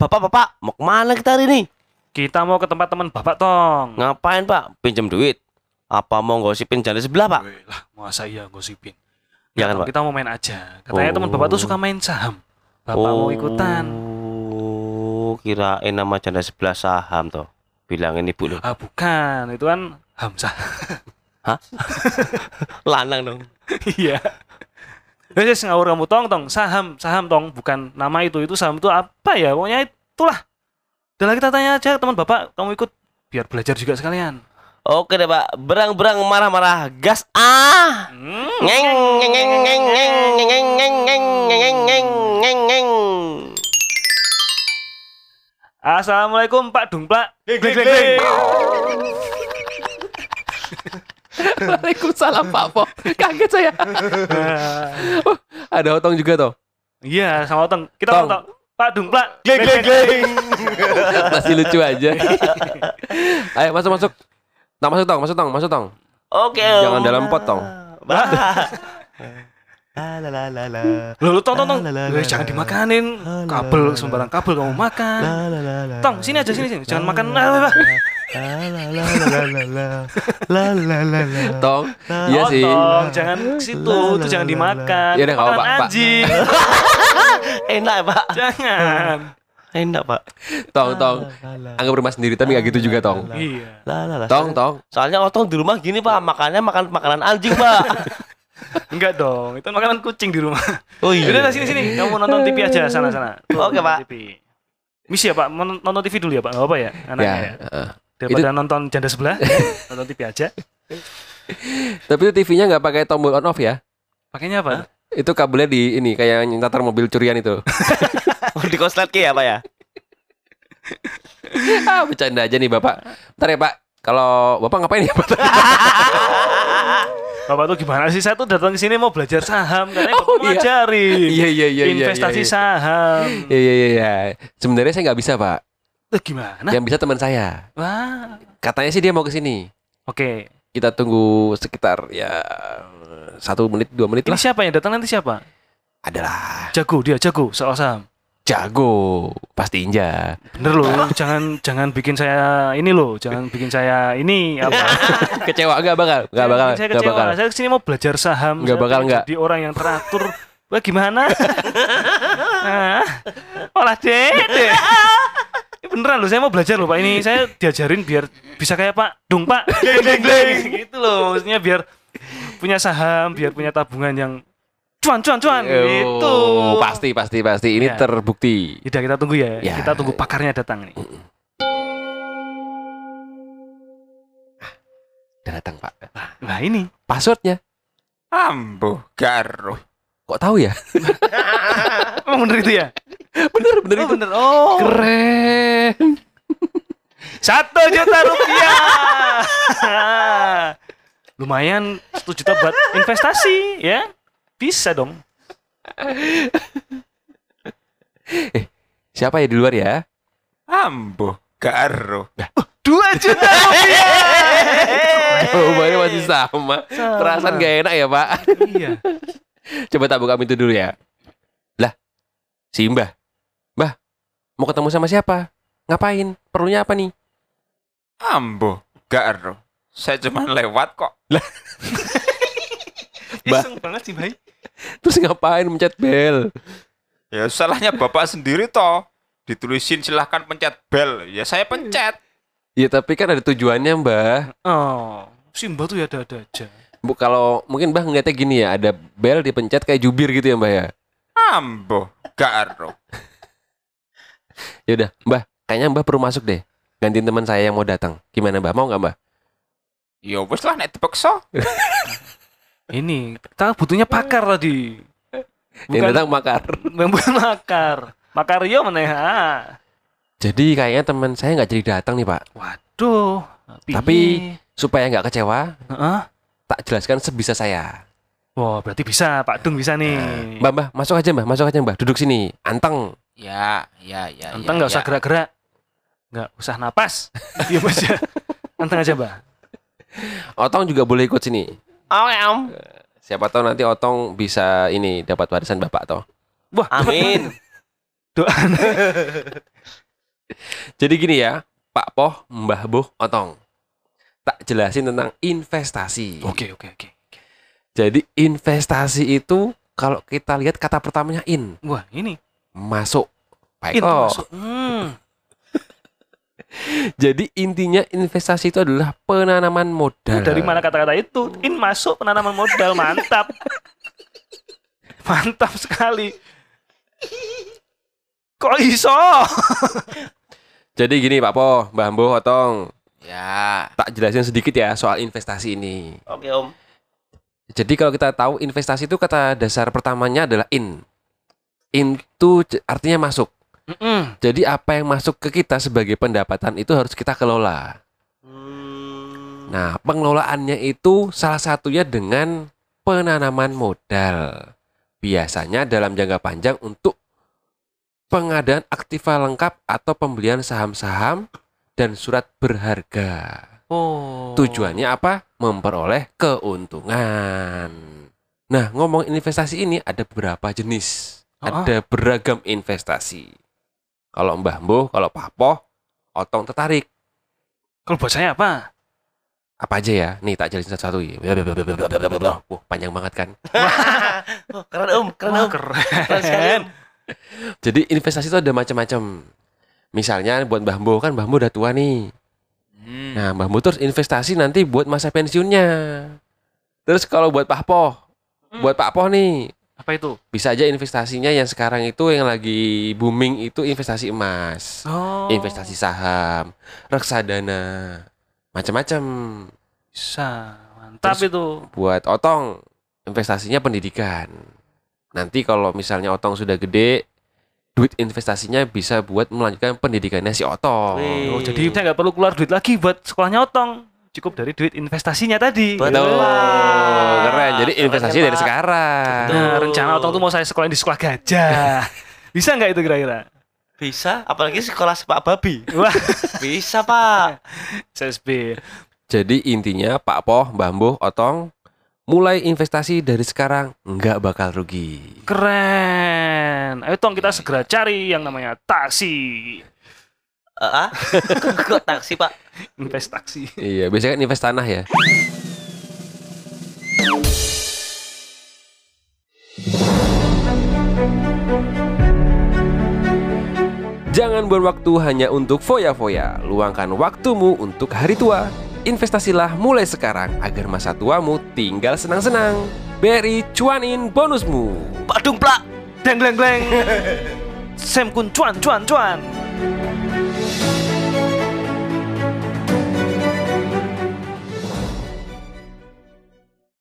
Bapak, bapak, mau kemana kita hari ini? Kita mau ke tempat teman bapak tong. Ngapain pak? Pinjam duit? Apa mau gosipin jalan sebelah pak? Weh, lah, masa iya gosipin. Ya kan, Tong, Pak? Kita mau main aja. Katanya Oh. teman bapak tuh suka main saham. Bapak mau ikutan. Oh, kirain nama janda sebelah saham toh. Bilangin ibu lo. Ah bukan, itu kan Hamzah. Lanang dong. Iya. Wes ngawur kamu tong tong saham saham tong bukan nama itu itu saham itu apa ya pokoknya itulah. Dan kita tanya aja teman bapak kamu ikut biar belajar juga sekalian. Oke deh pak, berang-berang marah-marah gas ah. Hmm. Ngeng ngeng ngeng ngeng ngeng ngeng ngeng ngeng ngeng ngeng ngeng ngeng. Assalamualaikum Pak Dungplak. gling, gling. Waalaikumsalam Pak Po. Kaget saya. Ah, Ada otong juga toh. Iya sama tong. Kita mau Tong. tong. Pak Dungplak. Gling gling gling. Masih lucu aja. Ayo masuk masuk. Nah, masuk tong, masuk tong, masuk tong. Oke. Jangan dalam potong. Bah. Ah, La la la la. Loh, lu tong tong tong. La, la, la, Weh, la, jangan la. dimakanin. La, la, Kabel la, la. sembarang kabel kamu makan. La, la, la, la. Tong, sini aja, sini, sini. Jangan La, makan. la, Ah, bah, bah. la, la, la, la, la. La, la, la, la. Tong. La, Iya sih. Tong, jangan ke situ, La, la, itu jangan la, la. dimakan. Yaudah, nggak Makanan apa-apa, Pak. anjing. Oh, Enak pak. jangan. Enak pak. Tong, tong. La, la, la. Anggap rumah sendiri tapi nggak gitu juga tong. Iya. La, la, la. Tong, tong. Soalnya otong di rumah gini pak, makannya makan makanan anjing pak. Enggak dong, itu makanan kucing di rumah. Oh Iya. Yaudah, lah, sini sini. Kamu nonton TV aja sana sana. Tuh, Oke, nonton Pak. TV. Misi ya Pak, Mon- nonton TV dulu ya Pak, nggak apa ya anaknya ya. Ya. heeh. Daripada nonton janda sebelah, nonton TV aja. Tapi itu TV-nya nggak pakai tombol on off ya? Pakainya apa? Itu kabelnya di ini kayak nyentar mobil curian itu. Di koslet ke ya pak ya? ah, bercanda aja nih Bapak. Bentar ya Pak. Kalau Bapak ngapain ya? Pak? Bapak tuh gimana sih? Saya tuh datang ke sini mau belajar saham, katanya Bapak Oh, mau iya. ngajarin Iya, iya, iya, iya, investasi iya, iya. saham. Iya, iya, iya, iya. Sebenarnya saya nggak bisa Pak. Tuh gimana? Yang bisa teman saya. Wah. Katanya sih dia mau ke sini. Oke, kita tunggu sekitar ya satu menit dua menit ini lah siapa yang datang nanti siapa? adalah Jago dia, jago soal saham. jago pasti Inja Bener loh, jangan jangan bikin saya ini loh, jangan bikin saya ini apa? kecewa nggak bakal nggak bakal Saya nggak kecewa. bakal Saya kesini mau belajar saham. Nggak Saya bakal, pengen nggak. Jadi orang yang teratur. Wah gimana? Ah, Olah deh. deh. Ini beneran loh, saya mau belajar loh Pak. Ini saya diajarin biar bisa kayak Pak Dung Pak. gitu loh, maksudnya biar punya saham, biar punya tabungan yang cuan cuan cuan gitu. Oh, pasti pasti pasti ini Ya. terbukti Yaudah kita tunggu ya. Ya. Kita tunggu pakarnya datang nih. datang pak Nah ini. passwordnya Ambuh garuh. kok tahu ya Emang bener itu ya? bener bener Oh itu bener. Oh. keren Satu juta rupiah. Lumayan satu juta buat investasi ya. Bisa dong. siapa ya di luar ya Ambuh garuh. Dua juta rupiah. Jawabannya masih sama perasaan gak enak ya pak Iya. coba tak buka pintu dulu ya lah si mbah mbah mau ketemu sama siapa ngapain perlunya apa nih Ambuh garuh. Saya cuma lewat kok. Bah. Iseng banget sih, Bay. terus ngapain mencet bel Ya salahnya bapak sendiri toh. Ditulisin silahkan pencet bel. Ya saya pencet. Ya tapi kan ada tujuannya Mbah. Oh, Simba tuh ya ada-ada aja. Bu, kalau mungkin Mbah ngeliatnya gini ya, ada bel dipencet kayak jubir gitu ya Mbah ya. Ambuh garuh. Ya udah, Mbah, kayaknya Mbah perlu masuk deh. Gantiin teman saya yang mau datang. Gimana Mbah? Mau nggak Mbah? Ya wis lah nek dipaksa. Ini kita butuhnya pakar tadi. Yang Bukan datang makar. bukan makar. Makario mana ya? Ah. Jadi kayaknya teman saya nggak jadi datang nih Pak. Waduh. piye? Tapi- Supaya nggak kecewa, Heeh. tak jelaskan sebisa saya. Wah, berarti bisa Pak Dung bisa nih. Mbah, Mbah, masuk aja Mbah, masuk aja Mbah. Duduk sini, anteng. Ya, ya, ya. Anteng nggak usah gerak-gerak, nggak usah napas, diam aja. Anteng aja mbak. Otong juga boleh ikut sini. Oke om. Siapa tahu nanti Otong bisa ini dapat warisan bapak toh. Wah, Amin. doa. Jadi gini ya, Pak Poh, Mbah Boh, Otong. Tak jelasin tentang investasi. Oke, oke, oke. Jadi investasi itu kalau kita lihat kata pertamanya in, Wah, ini. masuk. Baik. Itu oh. masuk. Hmm. Jadi intinya investasi itu adalah penanaman modal. Oh, Dari mana kata-kata itu? In masuk penanaman modal, mantap. mantap sekali. Kok iso? Jadi gini Pak Poh, Mbah Boh, Otong. Ya. Tak jelasin sedikit ya soal investasi ini. Oke, Om. Jadi kalau kita tahu investasi itu kata dasar pertamanya adalah in. In itu j- artinya masuk. Mm-mm. Jadi apa yang masuk ke kita sebagai pendapatan itu harus kita kelola. Hmm. Nah, pengelolaannya itu salah satunya dengan penanaman modal. Biasanya dalam jangka panjang untuk pengadaan aktiva lengkap atau pembelian saham-saham dan surat berharga. Oh. Tujuannya apa? Memperoleh keuntungan. Nah, ngomong investasi ini ada beberapa jenis. Ah, ah. Ada beragam investasi. Kalau Mbah Mbuh, kalau Papoh, Otong tertarik. Kalau buat saya apa? Apa aja ya? Nih, tak jelasin satu-satu. ya. Wah, panjang banget kan? Oh, keren, Om. Keren, Wah, Om. Keren sekali, keren. Om. Jadi investasi itu ada macam-macam. Misalnya buat Mbah Mbuh, kan Mbah Mbuh udah tua nih. Hmm. Nah, Mbah Mbuh terus investasi nanti buat masa pensiunnya. Terus kalau buat Papoh, Hmm. buat Pak Poh nih, Apa itu? bisa aja investasinya yang sekarang itu yang lagi booming itu investasi emas, Oh. investasi saham, reksadana, macam-macam. Bisa. Mantap Terus- itu. Buat Otong, investasinya pendidikan. Nanti kalau misalnya Otong sudah gede, duit investasinya bisa buat melanjutkan pendidikannya si Otong. Wih. Oh, jadi saya nggak perlu keluar duit lagi buat sekolahnya Otong. Cukup dari duit investasinya tadi. Betul. Betul. Wah. Keren. Jadi Keren, investasi dari Pak. sekarang. Betul. Nah, rencana Otong tuh mau saya sekolahin di sekolah gajah. Bisa nggak itu kira-kira? Bisa, apalagi sekolah Pak Babi. Wah, Bisa, Pak. CSB. Jadi intinya Pak Poh, Mbah Mbuh, Otong mulai investasi dari sekarang nggak bakal rugi. Keren. Ayo Tong kita segera cari yang namanya taksi. Eh, ah? Kok taksi, Pak? Investasi. Iya, biasanya kan invest tanah ya. Jangan buang waktu hanya untuk foya-foya. Luangkan waktumu untuk hari tua. Investasilah mulai sekarang agar masa tuamu tinggal senang-senang. BRI cuanin bonusmu. Pak Dumplak. Deng gleng gleng. Sem kun cuan cuan cuan.